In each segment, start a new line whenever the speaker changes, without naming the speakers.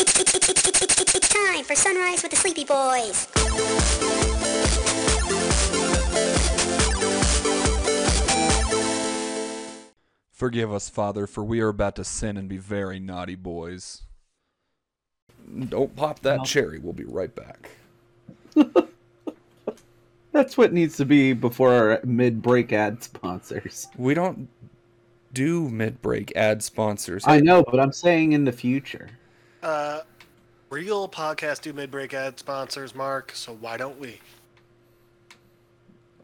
It's, it's, it's, it's, it's, it's time for Sunrise with the Sleepy Boys.
Forgive us, Father, for we are about to sin and be very naughty boys.
Don't pop that cherry. We'll be right back.
That's what needs to be before our mid break ad sponsors.
We don't do mid break ad sponsors.
I know, but I'm saying in the future.
Uh, real podcast do mid break ad sponsors, Mark. So why don't we?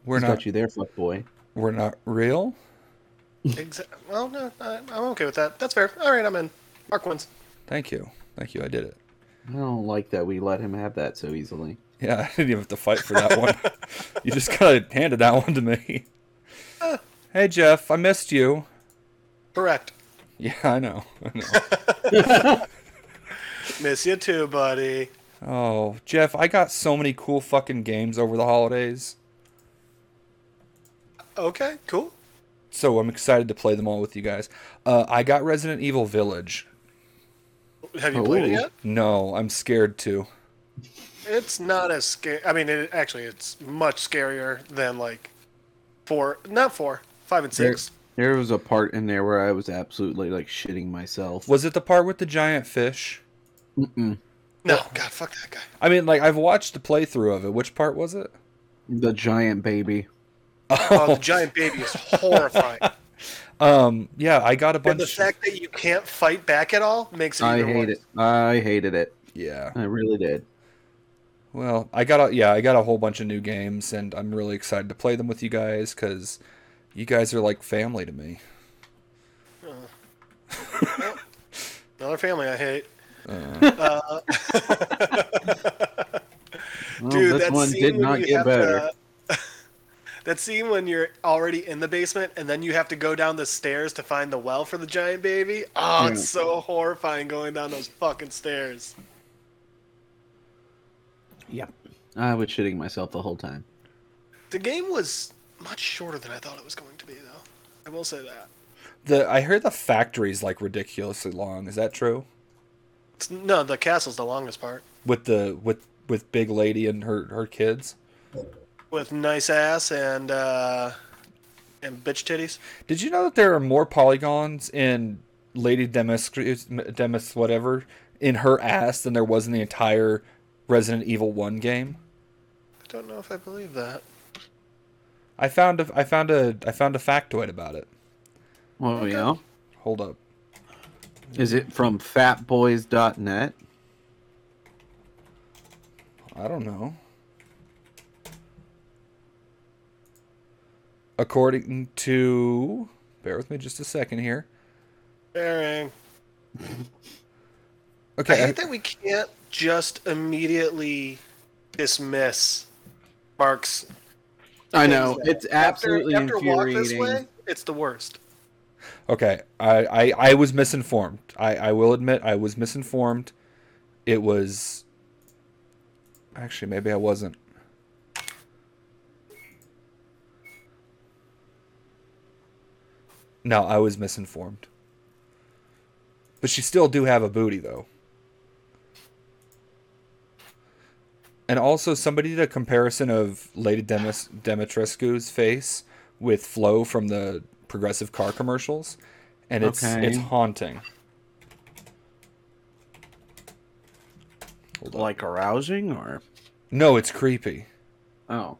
we're
He's
not
got you there, fuck boy.
we're not real.
Exa- well, no, I, I'm okay with that. That's fair. All right, I'm in. Mark wins.
Thank you. Thank you. I did it.
I don't like that we let him have that so easily.
Yeah, I didn't even have to fight for that one. you just kind of handed that one to me. Hey Jeff, I missed you.
Correct.
Yeah, I know. I know.
Miss you too, buddy.
Oh, Jeff, I got so many cool fucking games over the holidays.
Okay, cool.
So I'm excited to play them all with you guys. Uh, I got Resident Evil Village.
Have you played it
Ooh.
yet?
No, I'm scared to.
It's not as scary. I mean, it, actually, it's much scarier than like four, not four, five and
There,
six.
there was a part in there where I was absolutely like shitting myself.
Was it the part with the giant fish?
Mm-mm.
No,
Oh.
God, fuck that guy.
I mean, like I've watched the playthrough of it. Which part was it?
The giant baby.
Oh, the giant baby is horrifying.
Um, yeah, I got a
and the
bunch.
fact that you can't fight back at all makes it.
I
even
hate
worse.
it. I hated it.
yeah.
I really did.
Well, I got a, yeah, I got a whole bunch of new games, and I'm really excited to play them with you guys because you guys are like family to me.
Another family I hate.
Well,
Dude,
Oh, this
that
one
scene
did
when
not
you
get
have
better.
to- that scene when you're already in the basement and then you have to go down the stairs to find the well for the giant baby. Oh, it's so horrifying going down those fucking stairs.
Yep. I was shitting myself the whole time.
The game was much shorter than I thought it was going to be, though. I will say that.
The I heard the factory's like ridiculously long. Is that true?
It's, no, the castle's the longest part.
With the with with big lady and her her kids.
With nice ass and uh, and bitch titties.
Did you know that there are more polygons in Lady Demis Demis whatever in her ass than there was in the entire Resident Evil One game?
I don't know if I believe that.
I found a I found a I found a factoid about it.
Well, you know,
Hold up.
is it from fatboys.net?
I don't know. According to, bear with me just a second here.
Bearing. I
Okay,
hate that we can't just immediately dismiss Mark's.
I know
things.
it's absolutely
after, after walk this
infuriating.
way, it's the worst.
okay. I, I, I was misinformed. I, I will admit I was misinformed. It was. Actually, maybe I wasn't. No, I was misinformed. But she still do have a booty though. And also somebody did a comparison of Lady Demis Demetrescu's face with Flo from the progressive car commercials and it's
Okay.
it's haunting. Hold on.
like arousing or
No, it's creepy.
oh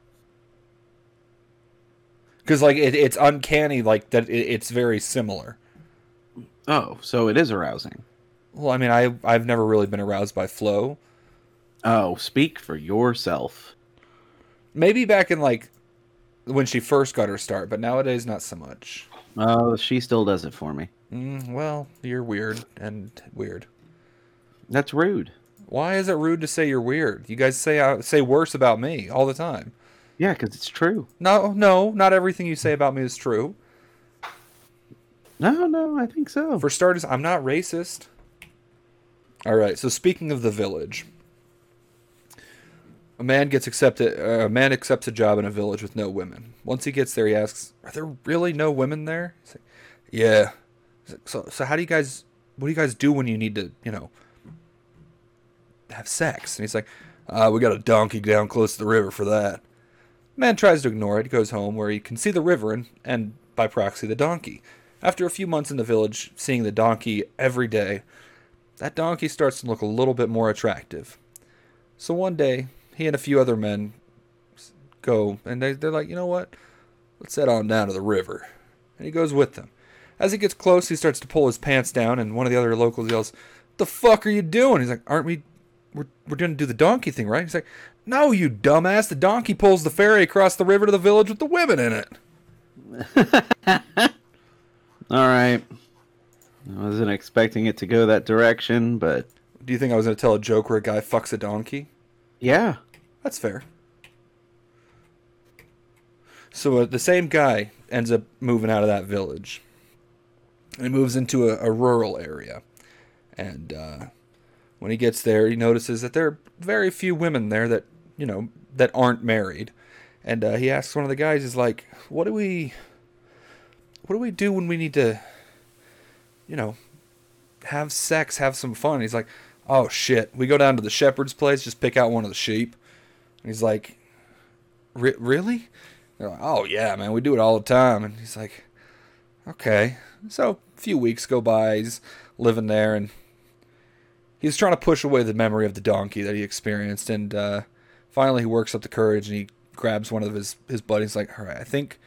Cuz like it, it's uncanny like that it, it's very similar.
oh so it is arousing.
Well, I mean, I I've never really been aroused by Flo.
Oh, speak for yourself.
Maybe back in like when she first got her start, but nowadays not so much.
Oh, she still does it for me.
Mm, well, you're weird and weird.
That's rude.
Why is it rude to say you're weird? You guys say I, say worse about me all the time.
Yeah, because it's true.
No, no, not everything you say about me is true.
No, no, I think so.
For starters, I'm not racist. All right. So speaking of the village, a man gets accepted. Uh, a man accepts a job in a village with no women. Once he gets there, he asks, "Are there really no women there?" He's like, "Yeah." He's like, so, so how do you guys? What do you guys do when you need to? You know, have sex. And he's like, uh, we got a donkey down close to the river for that. Man tries to ignore it, goes home where he can see the river and, and by proxy the donkey. After a few months in the village, seeing the donkey every day, that donkey starts to look a little bit more attractive. So one day, he and a few other men s- go and they, they're like, you know what? Let's head on down to the river. And he goes with them. As he gets close, he starts to pull his pants down, and one of the other locals yells, The fuck are you doing? He's like, Aren't we. We're, we're going to do the donkey thing, right? He's like, No, you dumbass. The donkey pulls the ferry across the river to the village with the women in it.
All right. I wasn't expecting it to go that direction, but
Do you think I was going to tell a joke where a guy fucks a donkey?
yeah.
That's fair. So uh, the same guy ends up moving out of that village. And he moves into a, a rural area. And uh, when he gets there, he notices that there are very few women there that, you know, that aren't married. And uh, he asks one of the guys, he's like, what do we, what do we do when we need to, you know, have sex, have some fun? He's like, oh shit, we go down to the shepherd's place, just pick out one of the sheep. And he's like, "Re- really? They're like, oh yeah, man, we do it all the time. And he's like, okay. So a few weeks go by, he's living there, and he's trying to push away the memory of the donkey that he experienced. And uh, finally, he works up the courage and he grabs one of his his buddies. Like, all right, I think,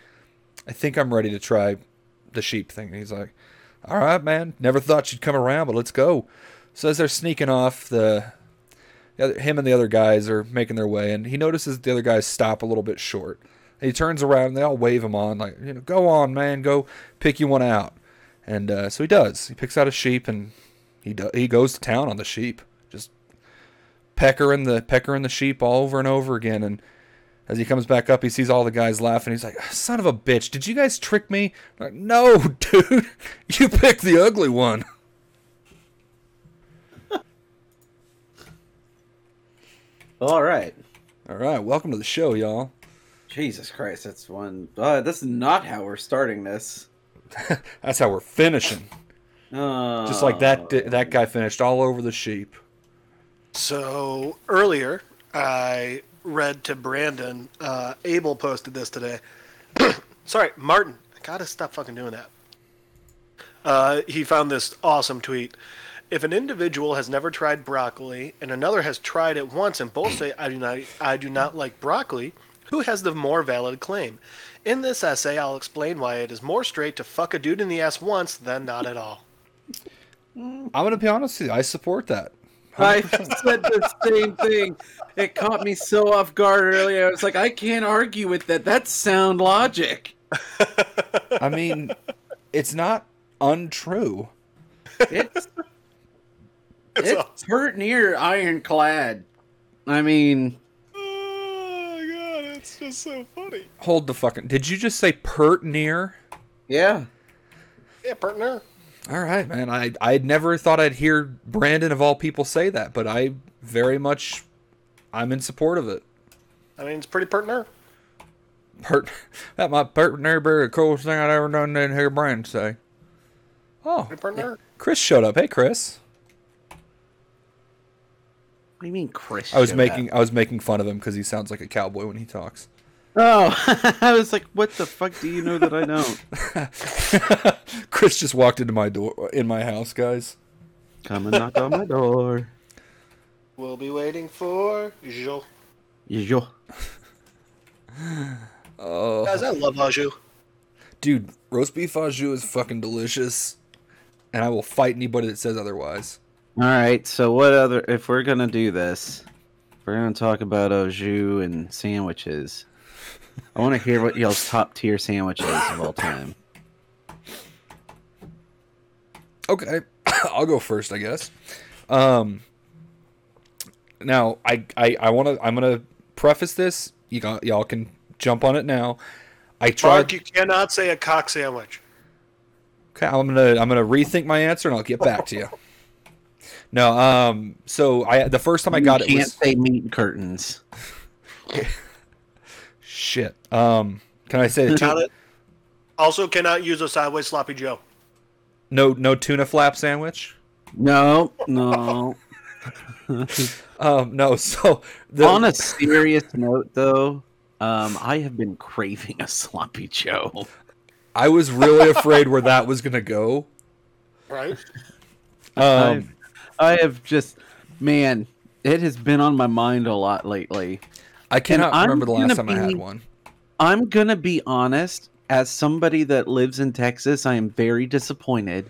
I think I'm ready to try the sheep thing. And he's like, all right, man, never thought you'd come around, but let's go. So as they're sneaking off, the the other- him and the other guys are making their way, and he notices the other guys stop a little bit short. And he turns around, and they all wave him on, like, you know, go on, man, go pick you one out. And uh, so he does. He picks out a sheep, and he do- he goes to town on the sheep, just peckering the peckering the sheep all over and over again. And as he comes back up, he sees all the guys laughing. He's like, "Son of a bitch, did you guys trick me?" I'm like, no, dude, you picked the ugly one.
All right.
All right, welcome to the show, y'all.
Jesus Christ, that's one. Uh, that's not how we're starting this.
That's how we're finishing.
Uh,
just like that that guy finished all over the sheep.
So earlier, I read to Brandon. Uh, Abel posted this today. Sorry, Martin. I gotta stop fucking doing that. Uh, he found this awesome tweet. If an individual has never tried broccoli and another has tried it once and both say I do not I do not like broccoli, who has the more valid claim? In this essay, I'll explain why it is more straight to fuck a dude in the ass once than not at all.
I'm gonna be honest with you. I support that.
Oh. I said the same thing. It caught me so off guard earlier. I was like, I can't argue with that. That's sound logic.
I mean, it's not untrue.
It's it's hurt near ironclad. I mean,
Oh my god, it's just so funny.
Hold the fucking. Did you just say pert near?
yeah.
Yeah, partner.
All right, man. I I never thought I'd hear Brandon of all people say that, but I very much I'm in support of it.
I mean, it's pretty partner.
Pert. That my pert near be the coolest thing I'd ever done than hear Brandon say. Oh,
Pretty partner.
Chris showed up. Hey, Chris.
What do you mean, Chris?
I was
showed
making
up?
I was making fun of him because he sounds like a cowboy when he talks.
Oh, I was like, what the fuck do you know that I don't?
Chris just walked into my door uh, in my house, guys.
Come and knock on my door.
We'll be waiting for Zhu.
Yo.
Oh.
Guys, I love Zhu.
Dude, roast beef au jus is fucking delicious, and I will fight anybody that says otherwise.
All right. So, what other? If we're gonna do this, we're gonna talk about au jus and sandwiches. I want to hear what y'all's top tier sandwiches of all time.
Okay, I'll go first, I guess. Um, now I I, I want to I'm gonna preface this. You got y'all can jump on it now. I tried.
Mark, you cannot say a cock sandwich.
Okay, I'm gonna I'm gonna rethink my answer and I'll get back to you. No, um, so I the first time I got
you
it
can't
was
say meat curtains.
Shit. Um, can I say the
Got
tuna?
it? Also, cannot use a sideways sloppy Joe.
No, no tuna flap sandwich.
No, no.
Um, no, so the,
On a serious note, though, um, I have been craving a sloppy Joe.
I was really afraid where that was gonna go.
right?
Um,
I have just, man, it has been on my mind a lot lately.
I cannot
I'm
remember the last
gonna
time I had
be-
one.
I'm gonna be honest. As somebody that lives in Texas, I am very disappointed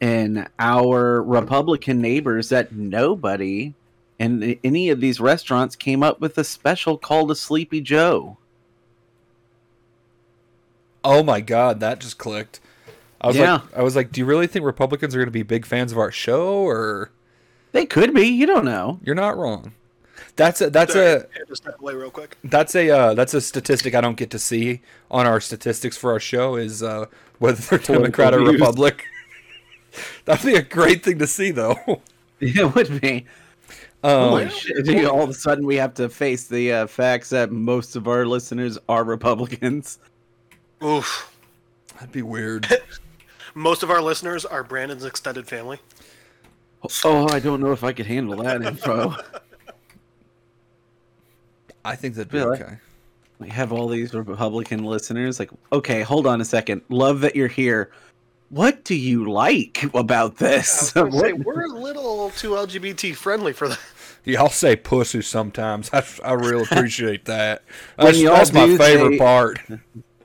in our Republican neighbors that nobody in any of these restaurants came up with a special called a Sleepy Joe.
Oh my god, that just clicked. I was
Yeah.
like, I was like, do you really think Republicans are going to be big fans of our show? Or
They could be. You don't know.
you're not wrong. That's a that's
Sorry,
a
I had to step away real quick.
that's a uh, that's a statistic I don't get to see on our statistics for our show is uh, whether they're Democrat or
views.
Republic. That'd be a great thing to see, though.
It would be. Holy
Um,
Oh shit. dude, All of a sudden, we have to face the uh, facts that most of our listeners are Republicans.
Oof.
that'd be weird.
Most of our listeners are Brandon's extended family.
Oh, I don't know if I could handle that info.
I think that'd be
Really?
okay.
We have all these Republican listeners. Like, okay, hold on a second. Love that you're here. What do you like about this?
I was gonna say,
What-
we're a little too LGBT friendly for that.
Y'all say pussy sometimes. I, I really appreciate that.
When
That's,
y'all
that's my
do
favorite
say-
part.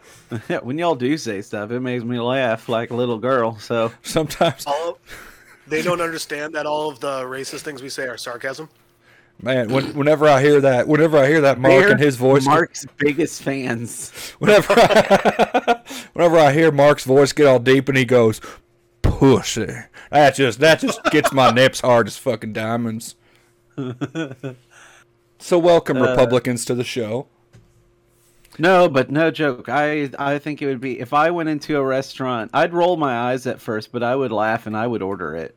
when y'all do say stuff, it makes me laugh like a little girl. So,
Sometimes,
All of- they don't understand that all of the racist things we say are sarcasm.
man, when, whenever I hear that, whenever I hear that Mark
They're
and his voice,
Mark's biggest fans.
whenever, I, whenever I hear Mark's voice get all deep and he goes, "Pussy," that just that just gets my nips hard as fucking diamonds. so welcome
Uh,
Republicans to the show.
No, but no joke. I I think it would be if I went into a restaurant, I'd roll my eyes at first, but I would laugh and I would order it.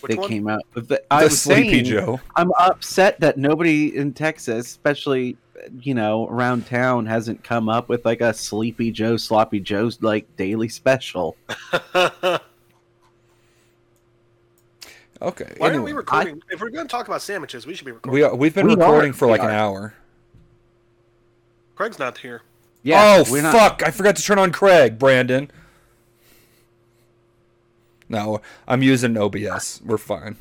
Which
they
one?
came out. with The, I
The
was
Sleepy
saying,
Joe.
I'm upset that nobody in Texas, especially you know around town, hasn't come up with like a Sleepy Joe, Sloppy Joe's like daily special.
Okay,
Why aren't
anyway.
we recording? if we're going to talk about sandwiches, we should be recording.
we are, we've been
We are,
recording for
we
like an
are.
hour.
Craig's not here.
Yeah,
oh
we're not-
fuck! I forgot to turn on Craig, Brandon. No, I'm using OBS. We're fine.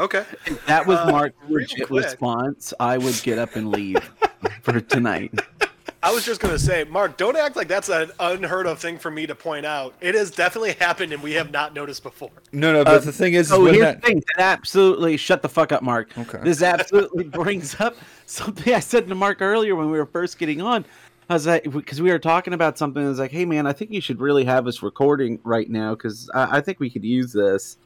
Okay.
if that was
Uh,
Mark's
real
legit
quick.
response. I would get up and leave for tonight.
I was just going to say, Mark, don't act like that's an unheard of thing for me to point out. It has definitely happened and we have not noticed before.
No, no, but Uh, the thing is, is
So
when
Oh, here's
that-
the thing that absolutely shut the fuck up, Mark.
Okay.
This absolutely brings up something I said to Mark earlier when we were first getting on. I was like, because we were talking about something. I was like, hey man, I think you should really have us recording right now because I, I think we could use this.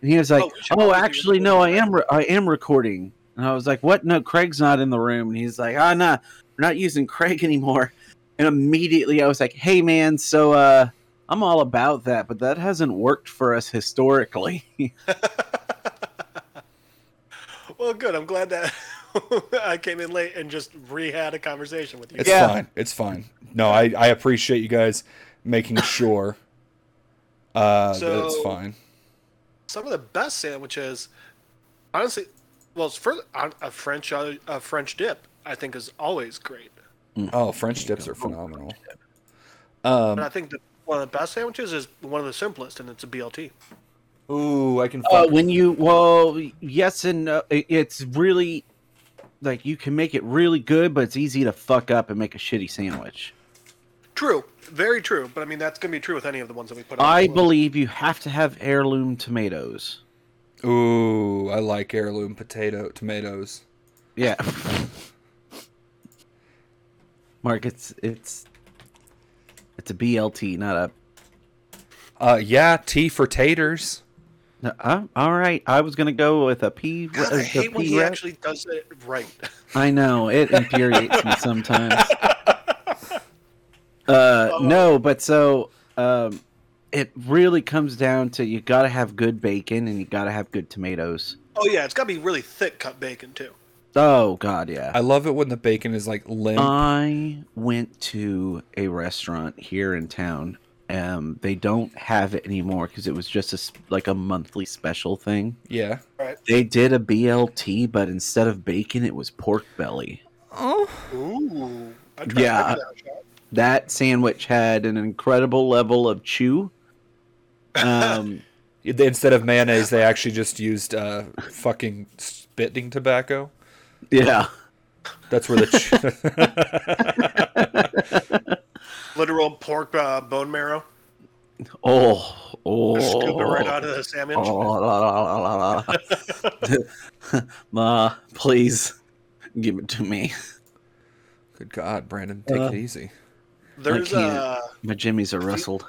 And he was like,
Oh, we should
oh,
probably be
actually, no, I am, re- I am recording. And I was like, what? No, Craig's not in the room. And he's like, ah, nah, we're not using Craig anymore. And immediately I was like, hey man, so uh, I'm all about that, but that hasn't worked for us historically.
Well, good. I'm glad that I came in late and just re had a conversation with you.
It's
Yeah.
fine. It's fine. No, I, I appreciate you guys making sure uh, that it's
So-
fine.
some of the best sandwiches, honestly, well, it's for a a French uh, a French dip, I think is always great.
Oh, French dips are phenomenal.
But I think the, one of the best sandwiches is one of the simplest, and it's a BLT.
Ooh, I can.
Uh,
fuck-
when you well, yes and no. It- It's really like you can make it really good, but it's easy to fuck up and make a shitty sandwich.
True, very true. But I mean, that's gonna be true with any of the ones that we put. on
I
the list.
believe you have to have heirloom tomatoes.
Ooh, I like heirloom potato tomatoes.
Yeah, Mark, it's it's it's a BLT, not a.
Uh, yeah, tea for taters.
no, uh, all right, I was gonna go with a P.
God,
uh,
I
the
hate when
P
he
rep.
actually does it right.
I know it infuriates me sometimes. Uh, no, but so um, it really comes down to you got to have good bacon and you got to have good tomatoes.
Oh yeah, it's gotta be really thick cut bacon too.
Oh God, yeah.
I love it when the
Uh,
bacon is like limp.
I went to a restaurant here in town Um, they don't have it anymore because it was just a, s- like a monthly special thing.
Yeah.
They did a BLT, but instead of bacon, it was pork belly.
Oh.
Ooh. I tried
Yeah.
to give that
That sandwich had an incredible level of chew. Um,
Instead of mayonnaise, they actually just used uh, fucking spitting tobacco.
yeah.
That's where the. Ch-
shot. Literal pork uh, bone marrow.
Oh, oh.
Just scoop it right onto the sandwich.
Oh, la, la, la, la, la. Ma, please give it to me.
Good God, Brandon, take
Uh.
it easy.
There's
can't.
a
My jimmies are rustled.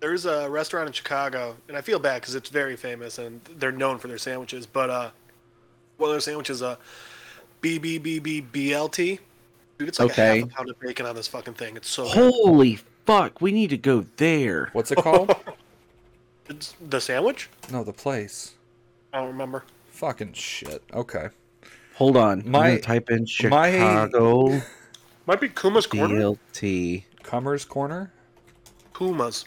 there's a restaurant in Chicago, and I feel bad because it's very famous and they're known for their sandwiches. But uh, one of their sandwiches, uh, BBBBBLT. Dude, it's like a
Okay.
half a pound of bacon on this fucking thing. It's so good.
Holy fuck, we need to go there.
What's it called?
It's the sandwich.
no, the place.
I don't remember.
Fucking shit. Okay.
Hold on. I'm
My-
gonna type in
my-
Chicago
Might be Kuma's Corner.
BLT.
Cummers Corner.
Kuma's.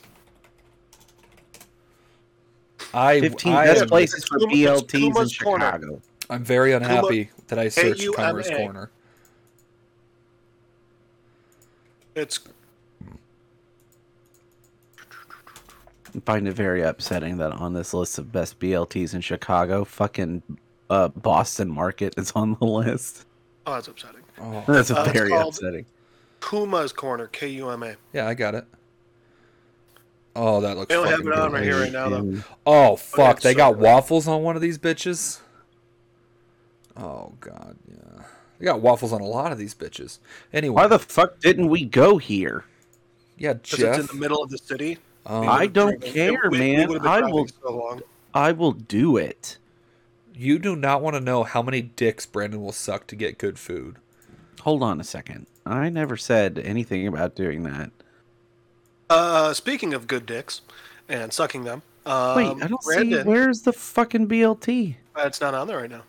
I.
15
I
best
am-
places for
Too much- too
BLTs in
much corner.
Chicago.
I'm very unhappy that I searched
K-U-M-A.
Cummers Corner.
It's
I find it very upsetting that on this list of best BLTs in Chicago, fucking uh, Boston Market is on the list.
oh, that's upsetting.
Oh,
That's
Uh, it's
very
called-
upsetting.
Kuma's Corner. K U M A.
yeah, I got it. Oh, that looks.
They don't have
fucking
it on
good.
right here right now though.
Oh fuck!
it's
They
so
got
good.
waffles on one of these bitches. Oh god, yeah. They got waffles on a lot of these bitches. Anyway,
Why the fuck didn't we go here?
yeah,
Because it's
Jeff.
in the middle of the city.
um,
I don't
It-
care,
we- we
man.
would've been
I
driving
will.
So long.
I will do it.
you do not want to know how many dicks Brandon will suck to get good food.
Hold on a second. I never said anything about doing that.
Uh, speaking of good dicks and sucking them, um,
Wait, I don't
Brandon,
see. Where's the fucking BLT?
uh, it's not on there right now.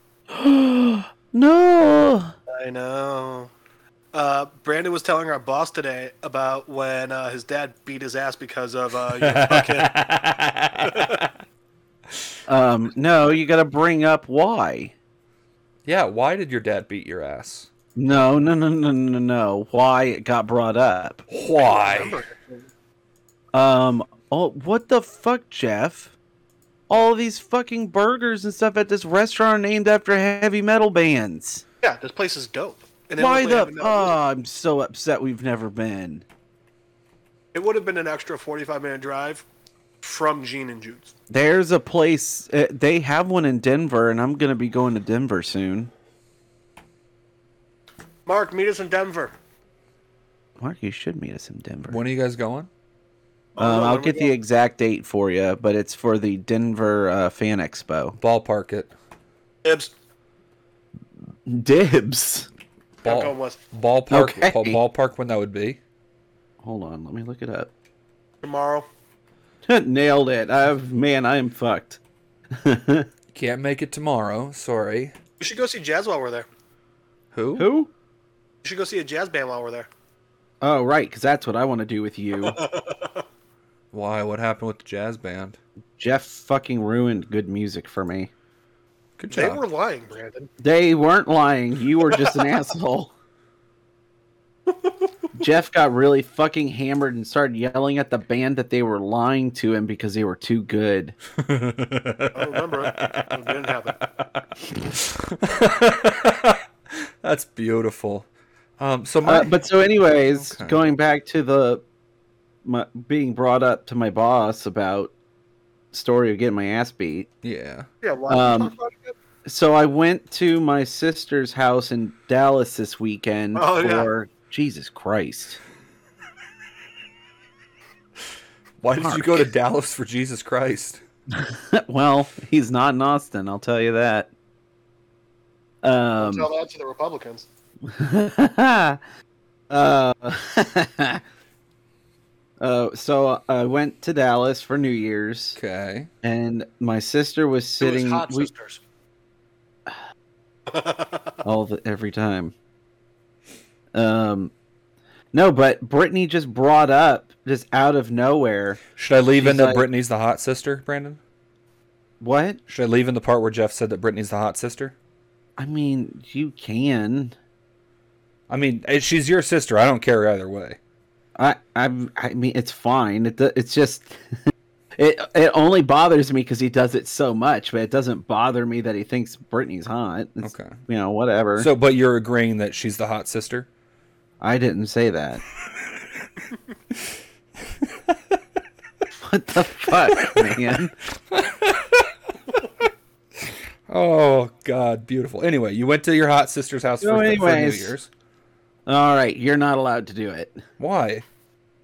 No.
I know. Uh, Brandon was telling our boss today about when uh, his dad beat his ass because of uh, your fucking.
Um. No, you gotta bring up why.
Yeah, why did your dad beat your ass?
No, no, no, no, no, no. Why it got brought up?
Why?
Um. Oh, what the fuck, Jeff? All these fucking burgers and stuff at this restaurant are named after heavy metal bands.
yeah, this place is dope. And they
Why
don't really have
the?
enough-
Oh, I'm so upset. We've never been.
it would have been an extra 45 minute drive from Gene and Jude's.
There's a place. Uh, they have one in Denver, and I'm gonna be going to Denver soon.
Mark, meet us in Denver.
Mark, you should meet us in Denver.
When are you guys going?
Oh,
um,
no,
I'll
when we
get the
go.
exact date for you, but it's for the Denver uh, Fan Expo.
Ballpark it.
Dibs.
Dibs.
I'm
Ball-
going with
ballpark.
Okay.
ball- Ballpark. When that would be?
Hold on, let me look it up.
tomorrow.
Nailed it. I've man, I am fucked.
Can't make it tomorrow. Sorry.
We should go see jazz while we're there.
Who?
Who?
We should go see a jazz band while we're there.
Oh, right, because that's what I want to do with you.
Why? What happened with the jazz band?
Jeff fucking ruined good music for me.
Good
They
job.
were lying, Brandon.
They weren't lying. You were just an asshole. Jeff got really fucking hammered and started yelling at the band that they were lying to him because they were too good.
I don't remember it. It didn't happen.
That's beautiful. Um, so my
Uh, but so, anyways,
Okay.
going back to the my, being brought up to my boss about story of getting my ass beat.
yeah,
Yeah, why?
Um,
talk about it again?
So I went to my sister's house in Dallas this weekend
Oh, yeah.
for Jesus Christ.
why did you go to Dallas for Jesus Christ?
well, he's not in Austin, I'll tell you that. Um,
Tell that to the Republicans.
uh, uh, so I went to Dallas for New Year's,
Okay,
and my sister was
It was
sitting.
hot
we-
sisters.
all the every time. Um, No, but Brittany just brought up just out of nowhere.
Should I leave in
She's
that
like-
Brittany's the hot sister, Brandon?
What?
Should I leave in the part where Jeff said that Brittany's the hot sister?
I mean, you can.
I mean, eh, she's your sister. I don't care either way.
I I I mean, it's fine. It do- it's just it it only bothers me because he does it so much, but it doesn't bother me that he thinks Brittany's hot. It's,
Okay.
You know, whatever.
So, but you're agreeing that she's the hot sister.
I didn't say that. what the fuck, man?
Oh God, beautiful. Anyway, you went to your hot sister's house
So
for, for New
anyways-
Year's.
All right, you're not allowed to do it
Why?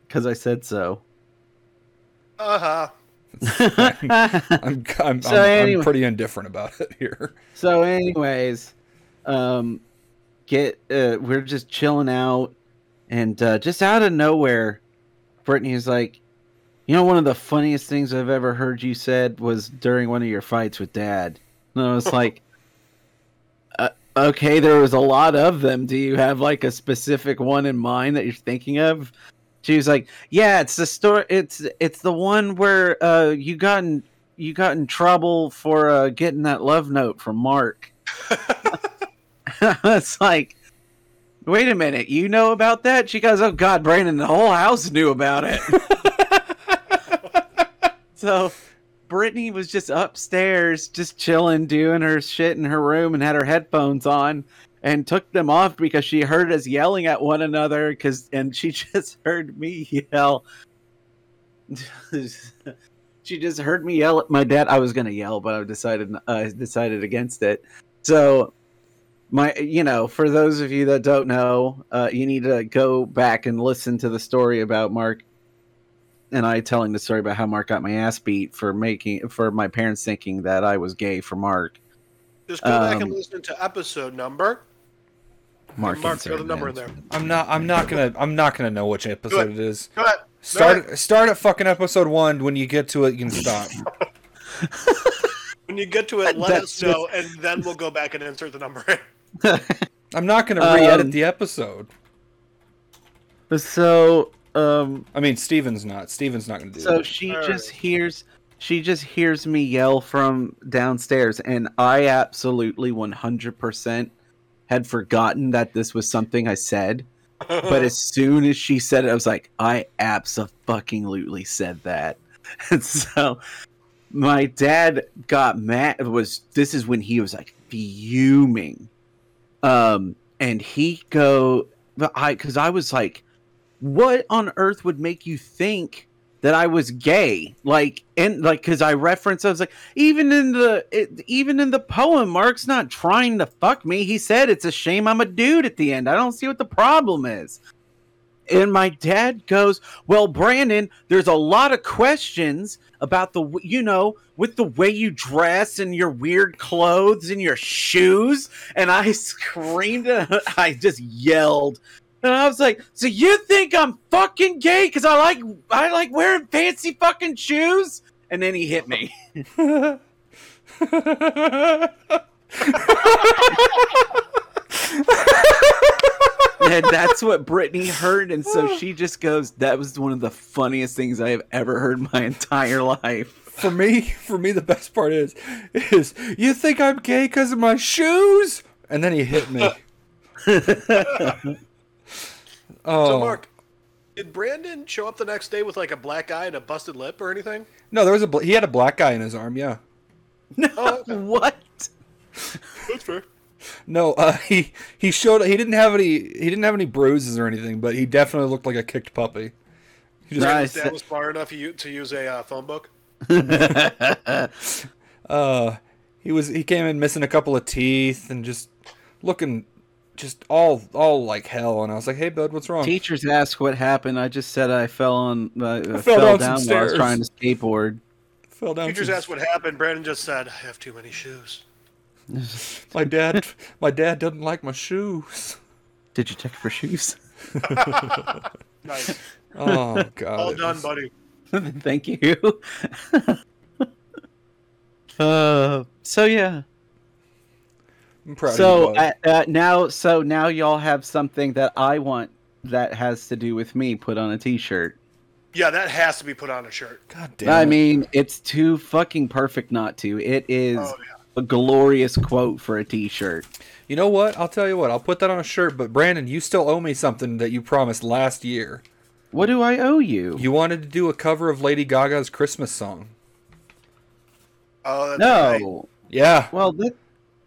because I said so.
Uh huh.
I'm I'm,
So
I'm,
anyway-
I'm pretty indifferent about it here.
So, anyways, um, get uh, we're just chilling out, and uh, just out of nowhere, Brittany is like, you know, one of the funniest things I've ever heard you said was during one of your fights with Dad, and I was like. "Uh, Okay, there was a lot of them. Do you have like a specific one in mind that you're thinking of? She was like, "Yeah, it's the story. It's it's the one where uh, you got in you got in trouble for uh, getting that love note from Mark. it's like, wait a minute, you know about that? She goes, oh God, Brandon, the whole house knew about it. so Brittany was just upstairs, just chilling, doing her shit in her room, and had her headphones on. And took them off because she heard us yelling at one another. Cause and she just heard me yell, she just heard me yell at my dad. I was gonna yell, but I decided I decided against it. So my, you know, for those of you that don't know, uh, you need to go back and listen to the story about Mark and I telling the story about how Mark got my ass beat for making for my parents thinking that I was gay for Mark.
Just go back
Um,
and listen to episode number.
Mark,
Mark,
insert
throw the number in
names.
there.
I'm not. I'm not gonna. I'm not gonna know which episode
Good.
it is.
Go ahead.
Start. Start at fucking episode one. When you get to it, you can stop.
When you get to it, let
That's
us know, and then we'll go back and insert the number in.
I'm not gonna re-edit
Um,
the episode.
So, um,
I mean, Steven's not. Steven's not gonna do
So
that.
she
Alright.
just hears she just hears me yell from downstairs and I absolutely 100% had forgotten that this was something I said. But as soon as she said it I was like I absolutely said that. And so my dad got mad was this is when he was like fuming. Um and he go but I cuz I was like what on earth would make you think that I was gay. Like and like because I referenced, I was like, even in the it, even in the poem, Mark's not trying to fuck me. He said it's a shame I'm a dude at the end. I don't see what the problem is. And my dad goes, well, Brandon, there's a lot of questions about the w- you know with the way you dress and your weird clothes and your shoes. And I screamed, I just yelled. And I was like, "So you think I'm fucking gay because I like I like wearing fancy fucking shoes?" And then he hit me. and that's what Brittany heard, and so she just goes, "That was one of the funniest things I have ever heard in my entire life."
for me, for me, the best part is, is you think I'm gay because of my shoes, and then he hit me. oh,
So, Mark, did Brandon show up the next day with like a black eye and a busted lip or anything?
no, there was a bl- he had a black guy in his arm. Yeah,
Oh, okay.
What?
that's fair.
no, uh, he he showed he didn't have any he didn't have any bruises or anything, but he definitely looked like a kicked puppy. He just-
Nice. I
His dad
said-
was far enough u- to use a uh, phone book.
Uh, he was he came in missing a couple of teeth and just looking just all all like hell. And I was like, hey, bud, what's wrong?
Teachers ask what happened. I just said I fell on uh, uh,
fell
fell,
down some
down while I was
stairs.
trying to skateboard.
Fell down.
Teachers
some-
asked what happened. Brandon just said, "I have too many shoes."
My dad, my dad doesn't like my shoes.
Did you check for shoes?
Nice.
Oh god.
All
it
done,
was-
buddy.
Thank you. uh, so yeah.
I'm proud of you,
So
bud.
uh, uh, now, so now y'all have something that I want that has to do with me put on a t-shirt.
Yeah, that has to be put on a shirt.
God damn.
I
it.
mean, it's too fucking perfect not to. It is
Oh, yeah.
a glorious quote for a t-shirt.
you know what? I'll tell you what. I'll put that on a shirt. But Brandon, you still owe me something that you promised last year.
What do I owe you?
You wanted to do a cover of Lady Gaga's Christmas song.
Oh, that's right.
no.
Yeah,
Well, that,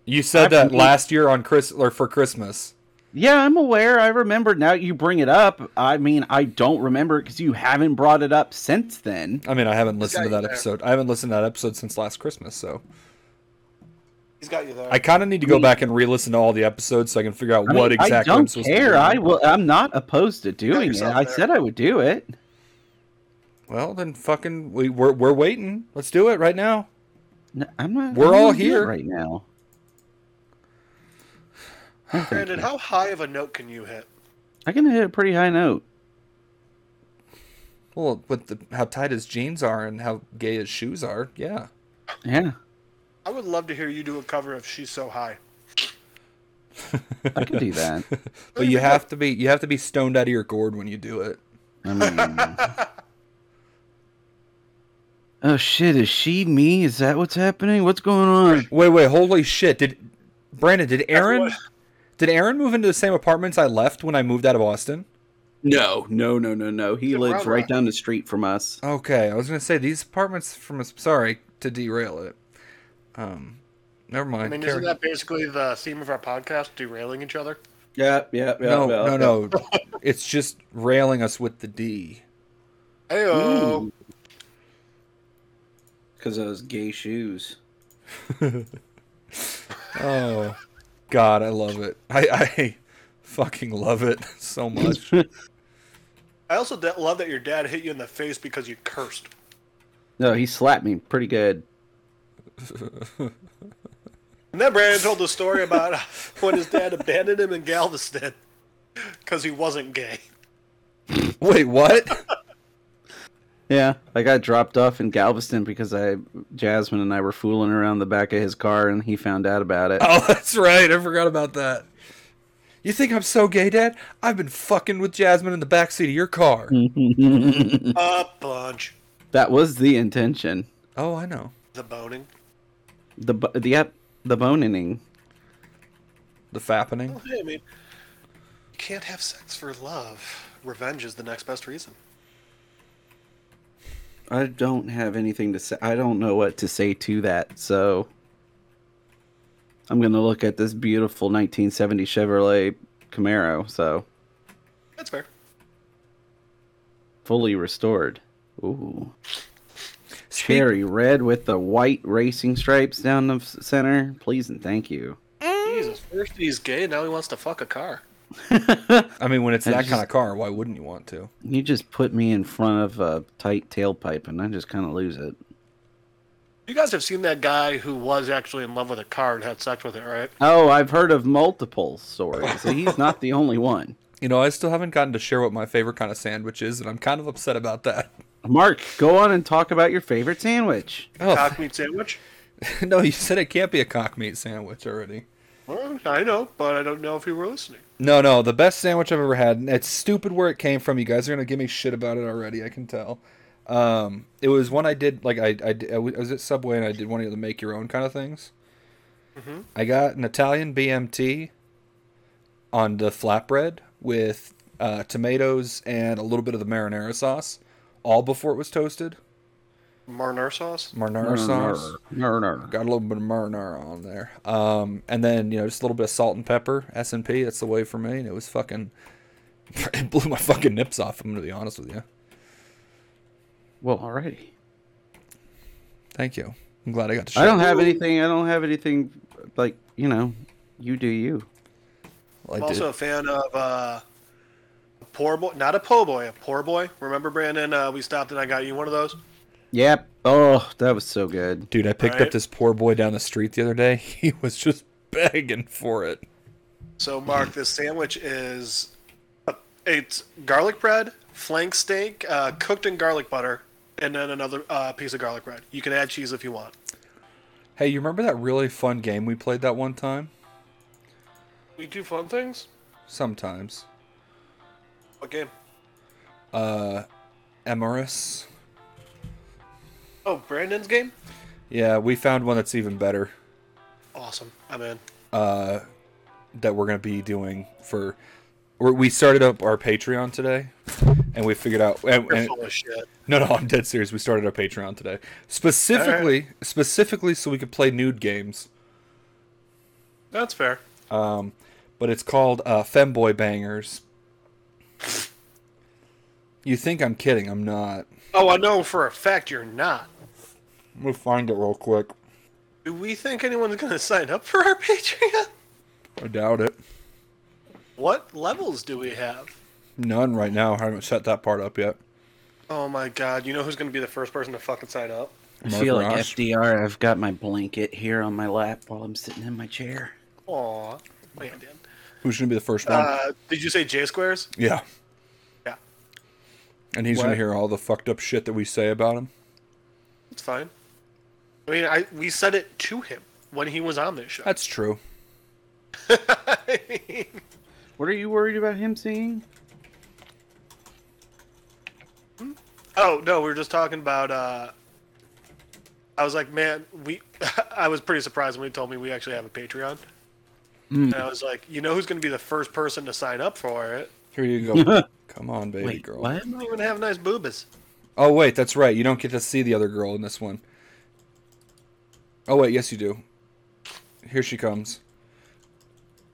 you said that
Absolutely.
last year on Chris or for Christmas.
yeah, I'm aware. I remember now you bring it up. I mean, I don't remember because you haven't brought it up since then.
I mean, I haven't listened to
got you
that
there.
episode. I haven't listened to that episode since last Christmas, so
He's got you there.
I kind of need to go back and re-listen to all the episodes so I can figure out
I mean,
what exactly
I don't
I'm supposed
care.
to do.
I will. I'm not opposed to doing it.
yourself
I
there.
said I would do it.
Well, then fucking we, we're we're waiting. Let's do it right now.
No, I'm not.
We're
I'm
all
not doing it
here.
right now.
Brandon, how high of a note can you hit?
I can hit a pretty high note.
Well, with the, how tight his jeans are and how gay his shoes are, yeah.
Yeah,
I would love to hear you do a cover of She's So High.
I can do that.
But you have to be you have to be stoned out of your gourd when you do it.
I mean, oh shit! Is she me? Is that what's happening? What's going on?
Wait, wait, holy shit! Did Brandon? Did Aaron?
what-
Did Aaron move into the same apartments I left when I moved out of Austin?
No, no, no, no, no. He
It's a
lives
robot.
right down the street from us.
Okay, I was gonna say these apartments from. us- Sorry to derail it. Um, never mind.
I mean,
carry-
isn't that basically the theme of our podcast, derailing each other?
Yep, yep, yep.
no, no, no. it's just railing us with the D.
Hey,
Because of those gay shoes.
Oh, God, I love it. I, I fucking love it so much.
I also de- love that your dad hit you in the face because you cursed.
No, he slapped me pretty good.
And then Brandon told the story about when his dad abandoned him in Galveston because he wasn't gay.
Wait, what?
Yeah, I got dropped off in Galveston because I Jasmine and I were fooling around the back of his car, and he found out about it.
Oh, that's right. I forgot about that. You think I'm so gay, Dad? I've been fucking with Jasmine in the backseat of your car.
A bunch.
That was the intention.
Oh, I know.
The boning.
The bu- the yep, the boning.
The fappening.
Hey, I mean, you can't have sex for love. Revenge is the next best reason.
I don't have anything to say. I don't know what to say to that. So I'm gonna look at this beautiful 1970 Chevrolet Camaro. So
That's fair.
fully restored. Ooh, cherry red with the white racing stripes down the s- center. Please and thank you.
Jesus, first he's gay, now he wants to fuck a car.
I mean, when it's that
just-
kind of car, why wouldn't you want to?
You just put me in front of a tight tailpipe, and I just kind of lose it.
You guys have seen that guy who was actually in love with a car and had sex with it, right?
Oh, I've heard of multiple stories. so he's not the only one.
You know, I still haven't gotten to share what my favorite kind of sandwich is, and I'm kind of upset about that.
Mark, go on and talk about your favorite sandwich.
Oh,
Cock meat sandwich.
no, you said it can't be a cock meat sandwich already.
Well, I know, but I don't know if you were listening.
No, no, the best sandwich I've ever had, and it's stupid where it came from. You guys are gonna give me shit about it already. I can tell. Um, it was one I did like I I, did- I was at Subway and I did one of the make your own kind of things. I got an Italian BMT on the flatbread with uh, tomatoes and a little bit of the marinara sauce, all before it was toasted.
Marinara sauce.
Marinara sauce.
No, no, no.
Got a little bit of marinara on there. Um, and then you know just a little bit of salt and pepper. S and P. That's the way for me. And it was fucking. It blew my fucking nips off. I'm gonna be honest with you.
Well, alrighty.
Thank you. I'm glad I got to. Share.
I don't have anything. I don't have anything. Like you know, you do you.
Well, I
I'm
did.
also a fan of uh, a poor boy, not a po' boy, a poor boy. Remember, Brandon? Uh, we stopped and I got you one of those.
Yep. Oh, that was so good.
Dude, I picked up
Right.
this poor boy down the street the other day. He was just begging for it.
So, Mark, this sandwich is it's garlic bread, flank steak, uh, cooked in garlic butter, and then another uh, piece of garlic bread. You can add cheese if you want.
Hey, you remember that really fun game we played that one time?
We do fun things.
Sometimes.
What game?
Uh, Emerus.
Oh, Brandon's game?
Yeah, we found one that's even better.
Awesome. I'm in.
uh, that we're going to be doing for. We're, we started up our Patreon today, and we figured out. And,
You're
and-
full of shit.
no, no, I'm dead serious. We started our Patreon today specifically, specifically so we could play nude games.
That's fair.
But it's called uh, Femboy Bangers. You think I'm kidding? I'm not.
Oh, I know for a fact you're not.
We'll find it real quick.
Do we think anyone's going to sign up for our Patreon?
I doubt it.
What levels do we have?
None right now. I haven't set that part up yet.
Oh my god, you know who's going to be the first person to fucking sign up?
I
Mark
feel like
Ross?
FDR. I've got my blanket here on my lap while I'm sitting in my chair.
Aw. Wait, Dan.
Who's going to be the first one?
Uh, did you say J squares?
yeah.
Yeah.
And he's going to
What?
hear all the fucked up shit that we say about him.
It's fine. I mean, I we said it to him when he was on this show.
That's true.
What are you worried about him seeing?
Oh no, we were just talking about. Uh, I was like, man, we. I was pretty surprised when he told me we actually have a Patreon.
Hmm.
And I was like, you know who's going to be the first person to sign up for it?
Here you go. Come on, baby
Wait,
girl.
what?
I don't even have nice boobas.
Oh wait, that's right. You don't get to see the other girl in this one. Oh wait, yes you do. Here she comes.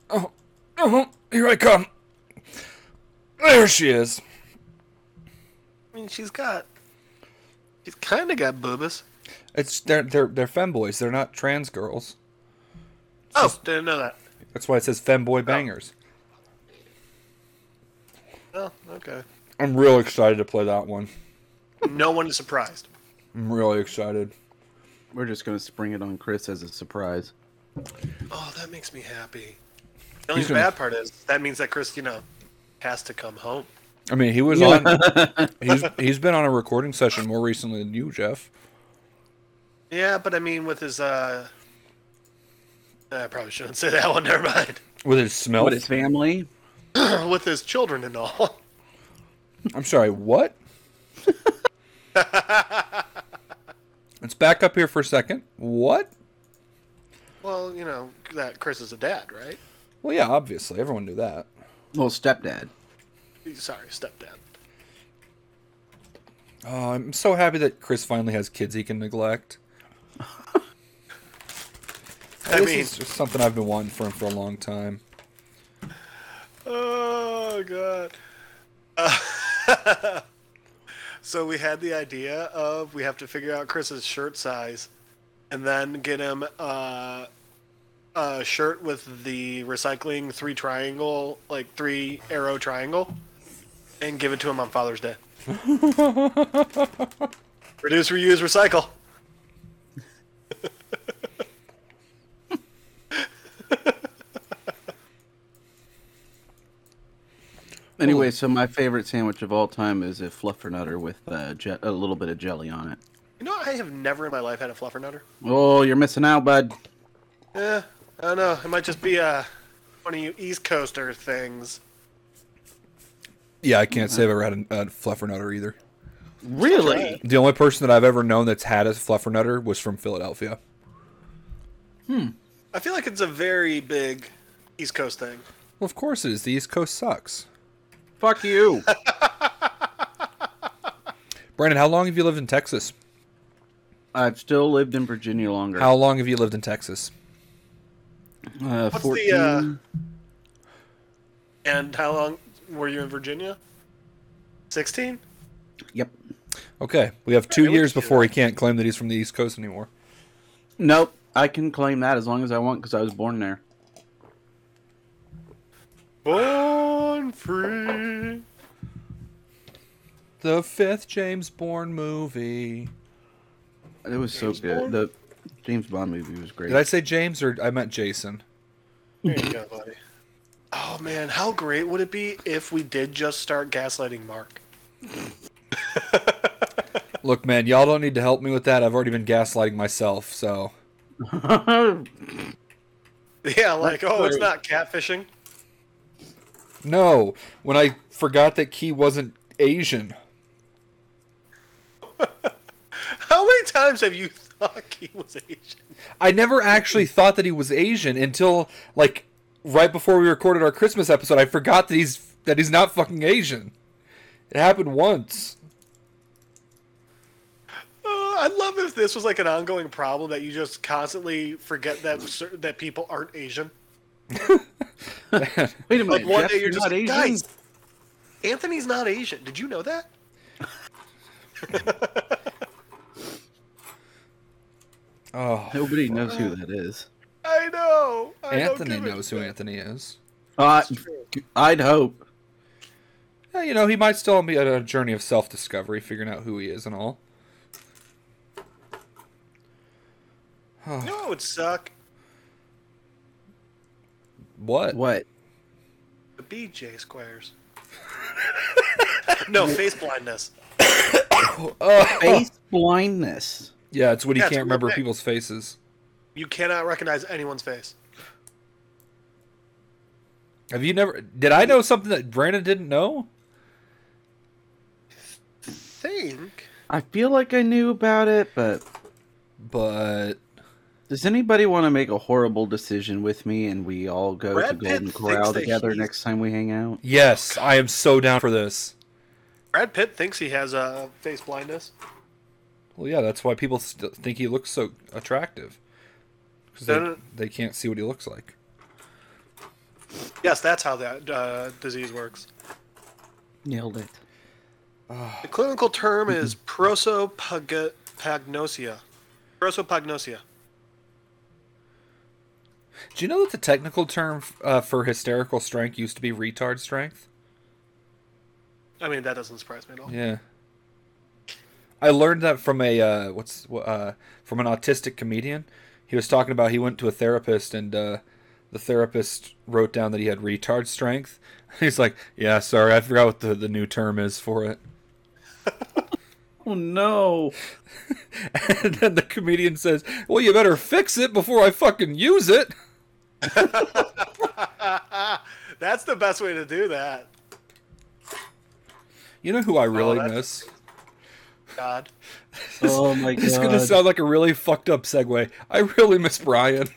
Oh, oh, here I come. There she is.
I mean, she's got. She's kind of got boobas.
It's they're they're they're femboys. They're not trans girls.
Oh, didn't know that.
That's why it says femboy bangers.
Oh, okay.
I'm real excited to play that one.
No one is surprised.
I'm really excited.
We're just gonna spring it on Chris as a surprise.
Oh, that makes me happy. The only
He's gonna-
bad part is that means that Chris, you know, has to come home.
I mean, he was on. he's he's been on a recording session more recently than you, Jeff.
Yeah, but I mean, with his uh, I probably shouldn't say that one. Never mind.
With his smell.
What his family?
with his children and all.
I'm sorry, what? Let's back up here for a second. What?
Well, you know that Chris is a dad, right?
Well, yeah, obviously. Everyone knew that.
Well, stepdad.
Sorry, stepdad.
Oh, I'm so happy that Chris finally has kids he can neglect.
I
this
mean,
is just something I've been wanting for him for a long time.
oh god. Uh, so we had the idea of we have to figure out Chris's shirt size, and then get him uh, a shirt with the recycling three triangle, like three arrow triangle, and give it to him on Father's Day. Reduce, reuse, recycle.
Anyway, so my favorite sandwich of all time is a fluffernutter with uh, je- a little bit of jelly on it.
You know, I have never in my life had a fluffernutter.
Oh, you're missing out, bud.
Yeah, I don't know. It might just be uh, one of you East Coaster things.
Yeah, I can't say I've ever had a, a fluffernutter either.
Really?
The only person that I've ever known that's had a fluffernutter was from Philadelphia.
I feel like it's a very big East Coast thing.
Well, of course it is. The East Coast sucks.
Fuck you.
Brandon, how long have you lived in Texas?
I've still lived in Virginia longer.
How long have you lived in Texas?
Uh,
What's
14.
the, uh, And how long were you in Virginia? 16?
Yep.
Okay, we have two
Hey, look
years
at you.
before he can't claim that he's from the East Coast anymore.
Nope. I can claim that as long as I want because I was born there.
Born free.
The fifth James Bourne movie.
It was so
James
good.
Bond?
The James Bond movie was great.
Did I say James or I meant Jason?
There you go, buddy. Oh, man. How great would it be if we did just start gaslighting Mark?
Look, man, y'all don't need to help me with that. I've already been gaslighting myself, so
Yeah, like, oh, it's
great.
not catfishing.
No, when I forgot that Key wasn't Asian.
How many times have you thought he was Asian?
I never actually thought that he was Asian until like right before we recorded our Christmas episode. I forgot that he's that he's not fucking Asian. It happened once.
Uh, I love if this was like an ongoing problem that you just constantly forget that cer- that people aren't Asian.
Wait a minute.
Like one
Jeff,
day you're,
you're
just
not Asian.
guys. Anthony's not Asian. Did you know that?
Oh,
Nobody knows who that is.
I know. I don't
Anthony
give a
knows who Anthony is.
Uh,
Oh, true.
I'd hope.
Yeah, you know, he might still be on a journey of self discovery, figuring out who he is and all.
You know it would suck.
What?
What?
The BJ squares. no face blindness.
Face blindness.
Yeah, it's when he
Yeah,
can't
it's real
remember
big.
people's faces.
You cannot recognize anyone's face.
Have you never? Did I know something that Brandon didn't know?
Think.
I feel like I knew about it, but
But
does anybody want to make a horrible decision with me and we all go to
Brad Pitt
Golden
thinks
Corral
that
together
he's-
next time we hang out?
yes, I am so down for this.
Brad Pitt thinks he has uh, face blindness.
Well, yeah, that's why people st- think he looks so attractive because they,
No, no.
they can't see what he looks like.
Yes, that's how that uh, disease works.
Nailed it.
The clinical term is prosopagnosia. Prosopagnosia.
Do you know that the technical term f- uh, for hysterical strength used to be retard strength?
I mean, that doesn't surprise me at all.
Yeah. I learned that from a uh, what's wh- uh, from an autistic comedian. He was talking about he went to a therapist and uh, the therapist wrote down that he had retard strength. He's like, "Yeah, sorry, I forgot what the, the new term is for it."
Oh no.
And then the comedian says, "Well, you better fix it before I fucking use it."
That's the best way to do that.
You know who I really
that's-
miss?
God.
Oh my god.
It's gonna sound like a really fucked up segue. I really miss Brian.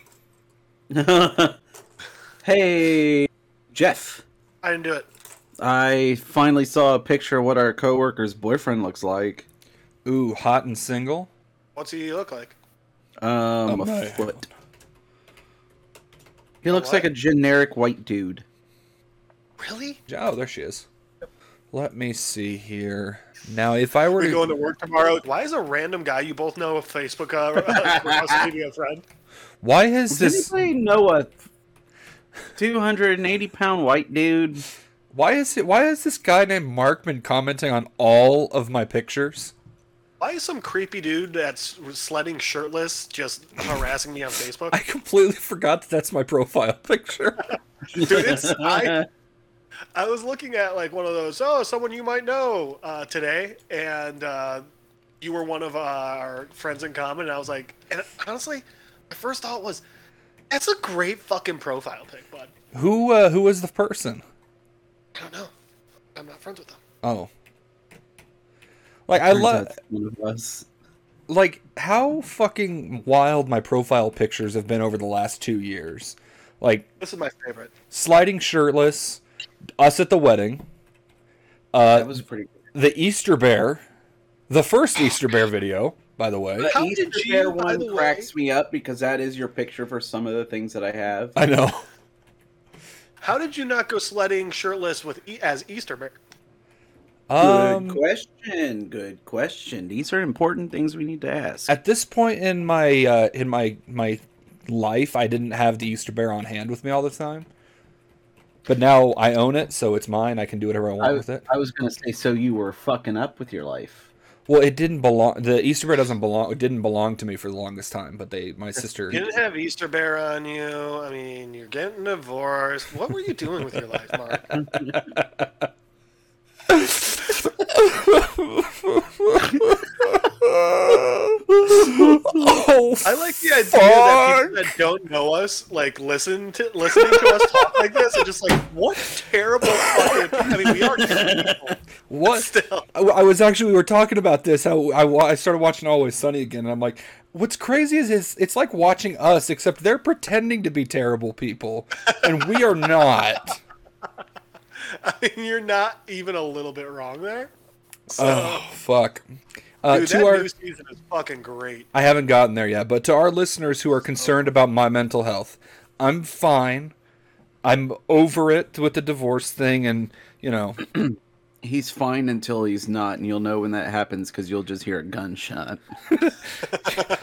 hey, Jeff.
I didn't do it.
I finally saw a picture of what our coworker's boyfriend looks like.
Ooh, hot and single.
What's he look like?
Um,
Oh, my.
a foot. He looks
what?
like a generic white dude.
Really?
Oh, there she is. Let me see here. Now, if I were
We
to
going to work tomorrow. Why is a random guy you both know of Facebook uh, uh, be a friend?
Why has
Does
this?
anybody know a 280 pound white dude?
Why is it? Why is this guy named Markman commenting on all of my pictures?
Why is some creepy dude that's sledding shirtless just harassing me on
I
Facebook?
completely forgot that that's my profile picture.
Dude, it's, I, I was looking at like one of those, oh, someone you might know uh, today, and uh, you were one of our friends in common. And I was like, and honestly, my first thought was, that's a great fucking profile pic, bud.
who? Uh, who is the person?
I don't know. I'm not friends with them.
Oh, like I love.
That's one of us.
like how fucking wild my profile pictures have been over the last two years. Like
This is my favorite.
sliding shirtless, us at the wedding, Uh,
That was pretty good.
the Easter bear, the first Easter bear video, by the way.
The
How
Easter
did you,
Bear
by
one
the way-
cracks me up because that is your picture for some of the things that I have.
I know.
How did you not go sledding shirtless with e- as Easter bear?
Um,
good question. Good question. These are important things we need to ask.
at this point in my uh, in my my life, I didn't have the Easter bear on hand with me all the time. But now I own it, so it's mine. I can do whatever I want
I,
with it.
I was gonna say, so you were fucking up with your life.
Well, it didn't belong. The Easter bear doesn't belong. It didn't belong to me for the longest time. But they, my sister,
You didn't have Easter bear on you. I mean, you're getting divorced. What were you doing with your life, Mark?
Oh,
I like the idea that people that don't know us like listen to listening to us talk like this and just like what terrible fucking. I mean, we are terrible people.
What?
Still.
I, I was actually we were talking about this. How I, wa- I started watching Always Sunny again, and I'm like, what's crazy is it's it's like watching us, except they're pretending to be terrible people, and we are not.
I mean, you're not even a little bit wrong there. So,
oh fuck. Uh,
dude, that
to our,
new season is fucking great.
I haven't gotten there yet, but to our listeners who are concerned about my mental health, I'm fine. I'm over it with the divorce thing, and you know,
He's fine until he's not, and you'll know when that happens because you'll just hear a gunshot.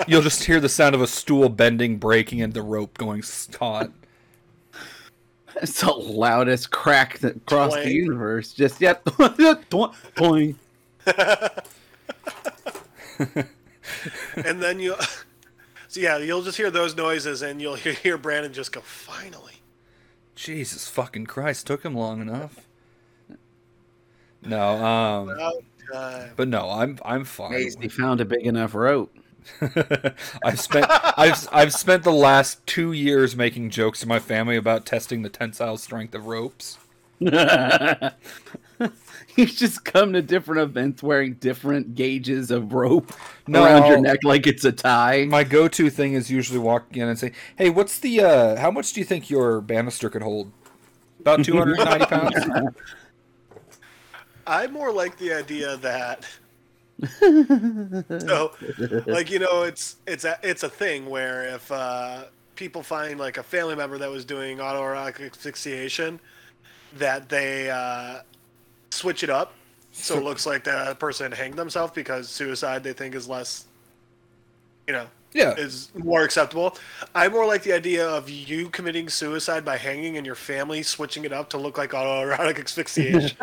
you'll just hear the sound of a stool bending, breaking, and the rope going taut.
It's the loudest crack that across the
Twang.
universe. Just yet, boing.
And then you, so yeah, you'll just hear those noises and you'll hear, hear Brandon just go, finally.
Jesus fucking Christ, took him long enough. No, um,
About uh, time.
but no, I'm I'm fine.
He found a big enough rope.
I've spent I've I've spent the last two years making jokes to my family about testing the tensile strength of ropes.
He's just come to different events wearing different gauges of rope
No.
around your neck like it's a tie.
My go-to thing is usually walking in and saying, "Hey, what's the uh, how much do you think your banister could hold? About 290 pounds."
I more like the idea that so like you know it's it's a it's a thing where if uh, people find like a family member that was doing autoerotic asphyxiation that they uh, switch it up so it looks like that person hanged themselves because suicide they think is less you know
Yeah.
is more acceptable. I more like the idea of you committing suicide by hanging and your family switching it up to look like autoerotic asphyxiation.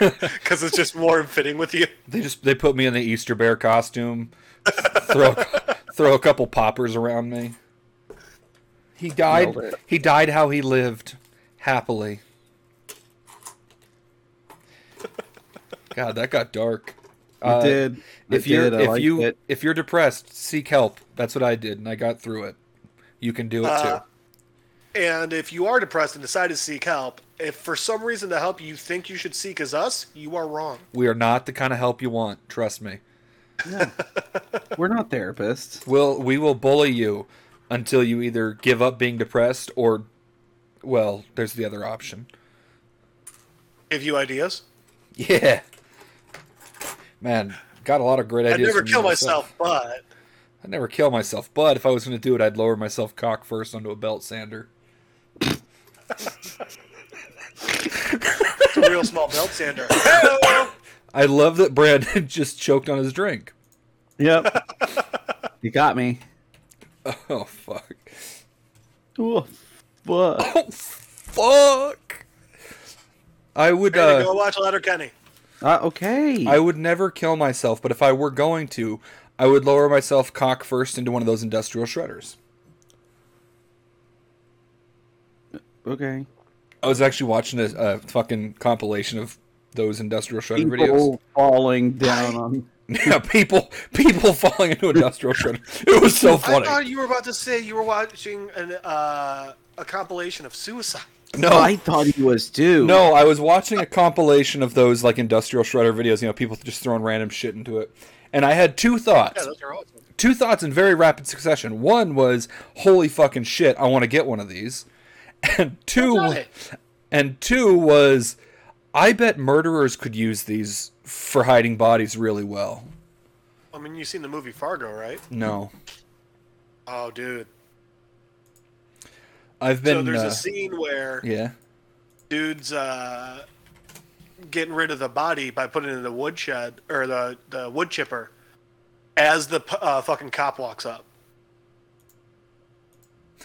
Because it's just more fitting with you.
They just they put me in the Easter bear costume, throw throw a couple poppers around me. He died.
Nailed it.
He died how he lived, happily. God, that got dark. Uh,
did.
If you're if you if you're depressed, seek help. That's what I did, and I got through it. You can do it
Uh,
too.
And if you are depressed and decide to seek help, if for some reason the help you think you should seek is us, you are wrong.
We are not the kind of help you want. Trust me.
we're not therapists.
We'll we will bully you until you either give up being depressed or, well, there's the other option.
Give you ideas.
Yeah. Man, got a lot of great
I'd
ideas.
never
from you
kill myself, but
I'd never kill myself, but if I was going to do it, I'd lower myself cock first onto a belt sander.
it's a real small belt sander.
I love that Brandon just choked on his drink.
Yep. you got me.
Oh fuck.
Ooh, fuck.
Oh fuck. I would
Brandon, go
uh,
watch Letterkenny.
Uh, okay.
I would never kill myself, but if I were going to, I would lower myself cock first into one of those industrial shredders.
okay.
I was actually watching a, a fucking compilation of those industrial shredder videos.
People falling down on.
Yeah, people people falling into industrial shredder. It was so
I
funny.
thought you were about to say you were watching an, uh, a compilation of suicide.
No,
I thought he was too.
Oh. no, I was watching a compilation of those like industrial shredder videos. You know, people just throwing random shit into it, and I had two
Yeah,
thoughts.
those are awesome.
Two thoughts in very rapid succession. One was, "Holy fucking shit, I want to get one of these," and two,
it.
and two was, "I bet murderers could use these for hiding bodies really well."
I mean, you've seen the movie Fargo, right?
No,
Oh, dude.
I've been.
so there's
uh,
a scene where
yeah.
dude's uh, getting rid of the body by putting it in the wood shed or the, the wood chipper as the p- uh, fucking cop walks up.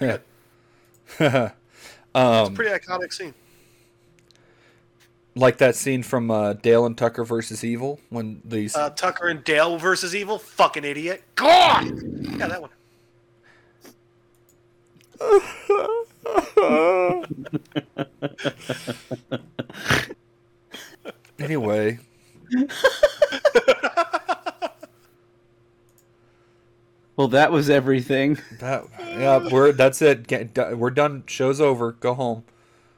um,
Pretty iconic scene.
like that scene from uh, Dale and Tucker versus Evil when these
Uh, Tucker and Dale versus Evil. Fucking idiot. God! Yeah, that one.
anyway.
Well, that was everything.
That, yeah, we're that's it. Get, do- we're done. Show's over. Go home.